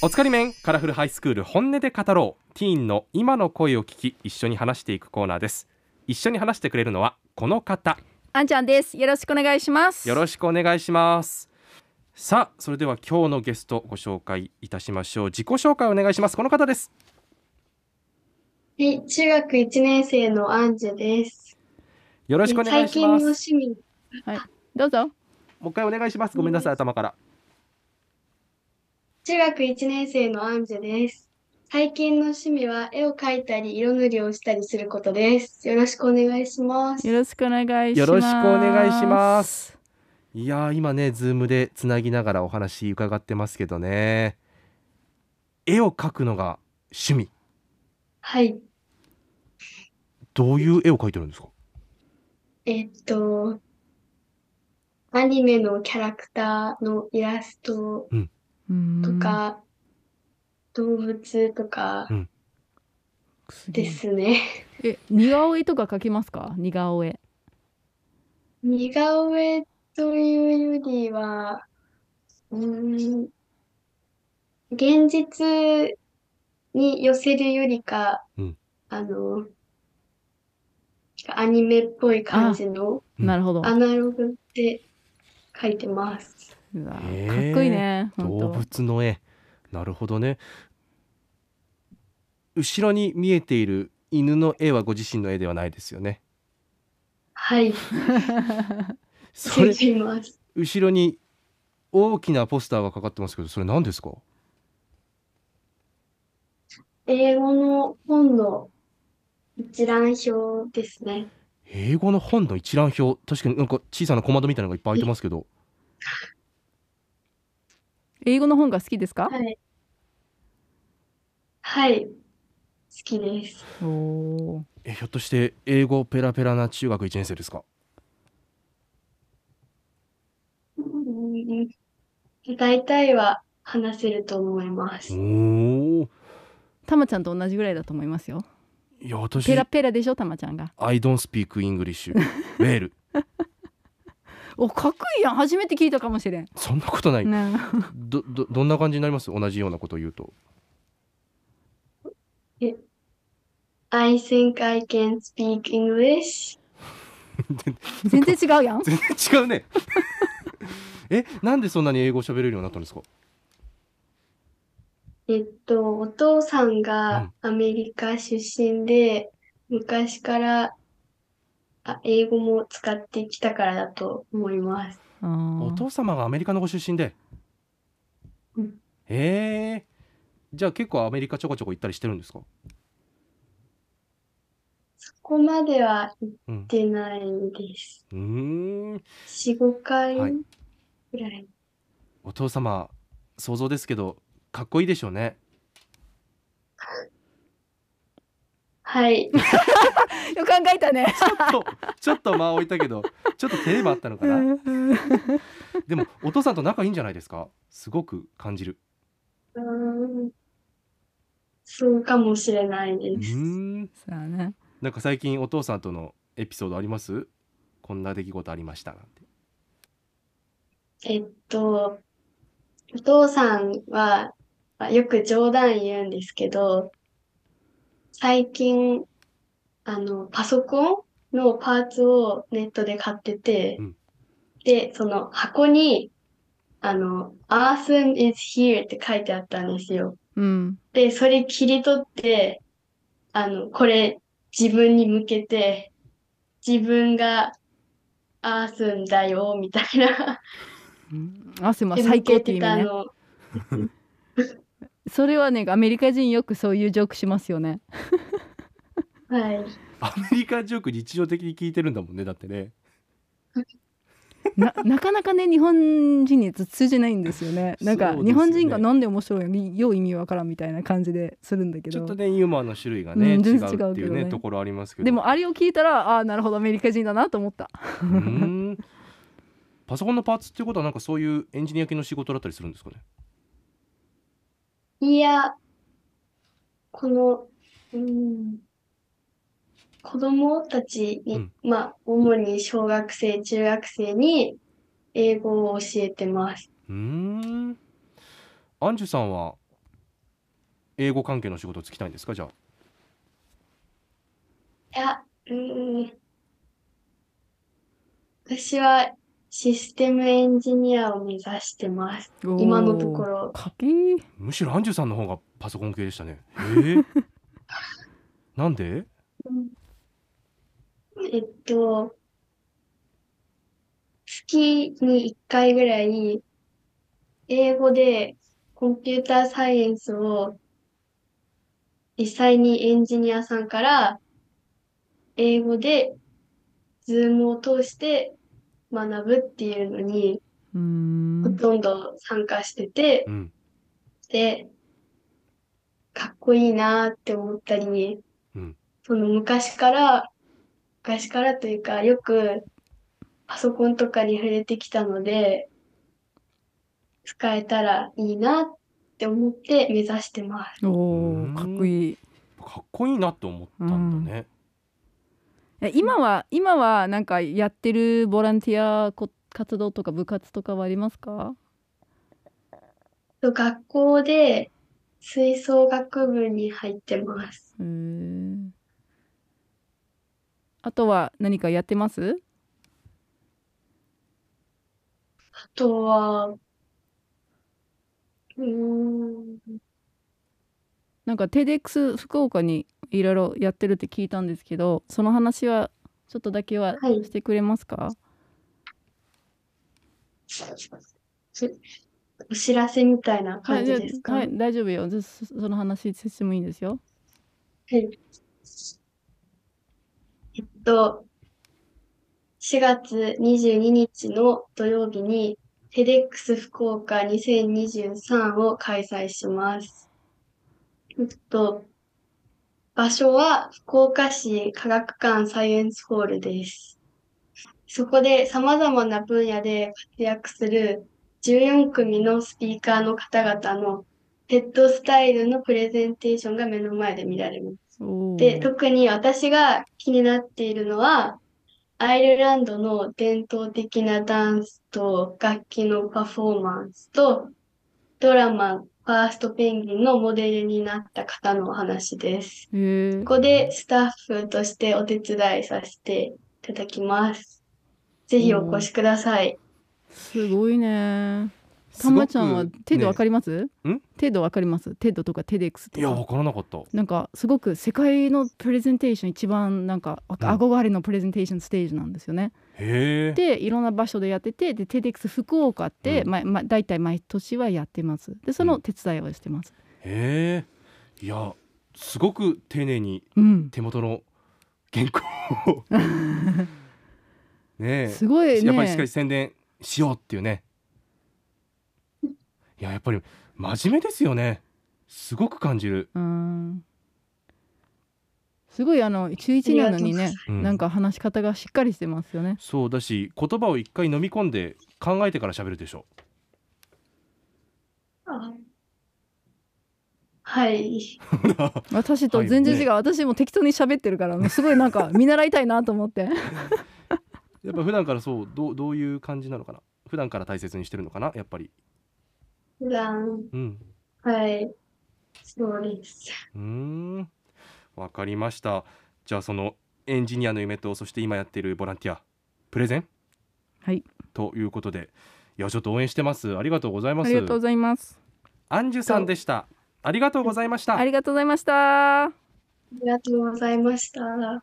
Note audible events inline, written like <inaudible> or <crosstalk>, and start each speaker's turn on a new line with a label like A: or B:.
A: おつかり面カラフルハイスクール本音で語ろうティーンの今の声を聞き一緒に話していくコーナーです一緒に話してくれるのはこの方
B: あんちゃんです。よろしくお願いします。
A: よろしくお願いしますさあそれでは今日のゲストご紹介いたしましょう自己紹介お願いしますこの方です
C: はい、中学1年生のアンジェです。
A: よろしくお願いしま
C: 最近の
A: す
C: 趣味、
B: どうぞ。
A: もう一回お願いしますごめんなさい頭から
C: 中学1年生のアンジェです。最近の趣味は絵を描いたり色塗りをしたりすることです。よろしくお願いします。
B: よろしくお願いします。
A: よろしくお願いします。いやー今ねズームでつなぎながらお話伺ってますけどね絵を描くのが趣味
C: はい、
A: どういう絵を描いてるんですか
C: えーっと、アニメのキャラクターのイラストとか、動物とか
B: うん
C: で。すね。
B: え、似顔絵とか描きますか？似顔絵。
C: 似顔絵というよりは、うーん、現実に寄せるよりか
A: うん、
C: あの、アニメっぽい感じの
A: うん
B: なるほど。
C: アナログで描いてます。
B: うわ
A: へ
B: か
A: ー
B: っこいいね。本
A: 動
B: 当。
A: 物の絵なるほどね後ろに見えている犬の絵はご自身の絵ではないですよね
C: はい、
A: それ
C: ついています。
A: 後ろに大きなポスターがかかってますけどそれ何ですか
C: 英語の本の一覧表ですね。
A: 英語の本の一覧表確かになんか小さな小窓みたいなのがいっぱい開いてますけど
B: <laughs> 英語の本が好きですか？
C: はい。はい、好きです。
B: おお
A: えひょっとして英語ペラペラな中学1年生ですか
C: うん大体は話せると思います。
A: お
B: ー。たまちゃんと同じぐらいだと思いますよ。
A: いや私
B: ペラペラでしょ、たまちゃんが。
A: I don't speak
B: <laughs>
A: English ウェール
B: お、かっこいいやん。初めて聞いたかもしれん。
A: そんなことない
B: ね。
A: どどどんな感じになります同じようなことを言うと
C: I think I can speak English.
B: 全然違うやん。
A: 全然違うね <laughs> えなんでそんなに英語喋れるようになったんですか
C: えっと、お父さんがアメリカ出身で、昔からあ英語も使ってきたからだと思います。
B: あー
A: お父様がアメリカのご出身で
C: うん
A: へえじゃあ結構アメリカちょこちょこ行ったりしてるんですか
C: そこまでは行っ
A: うん
C: てないです。
A: うーん
C: 4、5回
A: はい
C: ぐらい。
A: お父様想像ですけどかっこいいでしょうね <laughs>
C: はい。
B: よく考えたね。
A: ちょっとちょっと間を置いたけどちょっと照れもあったのか
B: <laughs>
A: なでもお父さんと仲いいんじゃないですかすごく感じる
C: うーん <laughs> そうかもしれないうです。
A: ーん
B: さあね。
A: なんか最近お父さんとのエピソードありますこんな出来事ありましたなんて
C: えっと、お父さんは、まあよく冗談言うんですけど、最近、あの、パソコンのパーツをネットで買ってて、
A: うん
C: で、その箱に、あの、Awesome is here って書いてあったんですよ。
B: うん。
C: で、それ切り取って、あの、これ自分に向けて、自分が、アースンだよ、みたいな。
B: うん汗は
C: で
B: 最高っていう意
C: 向
B: 味
C: けて
B: ね
C: た。の
B: それはね、アメリカ人よくそういうジョークしますよね。
C: はい。
A: アメリカジョーク日常的に聞いてるんだもんねだってね
B: な <laughs> なかなかね日本人に通じないんですよねなんか
A: そうですよね
B: 日本人がなんで面白いのによう意味わからんみたいな感じでするんだけ
A: ちょっ
B: ど
A: とねユーモアの種類がね、
B: うん
A: 違
B: 全
A: う
B: 然
A: っ
B: 違うけどね
A: ていうねところありますけど
B: でもあれを聞いたらああーなるほどアメリカ人だなと思った
A: うーんパソコンのパーツっていうことはなんかそういうエンジニア系の仕事だったりするんですかね
C: いや、この、うん、子供たちに、
A: うん
C: まあ、主に小学生、中学生に英語を教えてます。
A: うーんアンジュさんは英語関係の仕事つきたいんですかじゃあ
C: いや、うーん。私はシステムエンジニアを目指してます。今のところ。
B: かっけー
A: むしろアンジュさんの方がパソコン系でしたねへ
B: <laughs>
A: えなんで
C: うんえっと、月に1回ぐらい、英語でコンピューターサイエンスを実際にエンジニアさんから英語でズームを通して学ぶっていうのに
B: うー
C: ほ
B: ん
C: とんど参加してて、
A: うん
C: で、かっこいいなって思ったり
A: うん、
C: その昔から、昔からというか、よくパソコンとかに触れてきたので、使えたらいいなって思って目指してます。
B: おーかっこいい
A: かっこいいなと思ったんだね、
B: え今は今はなんかやってるボランティアこ活動とか部活とかはありますか
C: と学校で吹奏楽部に入ってます。
B: へーあとは何かやってます
C: あとは、うーん、
B: なんか TEDx 福岡にいろいろやってるって聞いたんですけどその話はちょっとだけは
C: はい
B: してくれますか、
C: お知らせみたいな
B: はい、
C: 感
B: じ
C: じ
B: ゃあ
C: ですか
B: はい、大丈夫よ。ずそその話してもいいんですよ。
C: えっと、4月22日の土曜日に TEDx 福岡2023を開催します。えっと、場所は福岡市科学館サイエンスホールです。そこで様々な分野で活躍する14組のスピーカーの方々の TED スタイルのプレゼンテーションが目の前で見られます。
B: おー
C: で、特に私が気になっているのは、アイルランドの伝統的なダンスと楽器のパフォーマンスと、ドラマ、ファーストペンギンのモデルになった方のお話です。
B: へー
C: ここでスタッフとしてお手伝いさせていただきます。ぜひお越しください。
B: すごいね。
A: す
B: た
A: ごく
B: まちゃんは程度わかります？
A: ん
B: 程度わかります？程度とか TEDx
A: いや
B: と
A: わ
B: か。
A: からなかった
B: なんかすごく世界のプレゼンテーション一番なんかわか
A: うん
B: 憧れのプレゼンテーションステージなんですよね。
A: へえ <laughs>
B: でいろんな場所でやっててで TEDx 福岡って、
A: うん
B: まま大体毎年はやってます。でその手伝いをしてます。
A: へえいやすごく丁寧に
B: うん。
A: 手元の原稿 <laughs> をねえ
B: すごいね。
A: やっぱりしっかり宣伝しようっていうねいややっぱり真面目ですよねすごく感じる、
B: うんすごいあの中一なのにね、
A: う
B: なんか話し方がしっかりしてますよね。
A: そうだし言葉を一回飲み込んで考えてから喋るでしょ <laughs>
C: あはい。
B: 私と全然違う、私も適当に喋ってるから、もうすごいなんか見習いたいなと思
A: <laughs>
B: って。
A: やっぱ普段からそうどうどういう感じなのかな普段から大切にしてるのかなやっぱり
C: 普段、
A: うん
C: はい。そうです。
A: うーんわかりましたじゃあそのエンジニアの夢とそして今やっているボランティアプレゼン
B: はい、
A: ということでいやちょっと応援してますありがとうござい
B: あ
A: ます
B: りがとうございます。
A: アンジュさんでしたありがとうございました
B: ありがとうございました。
C: ありがとうございました。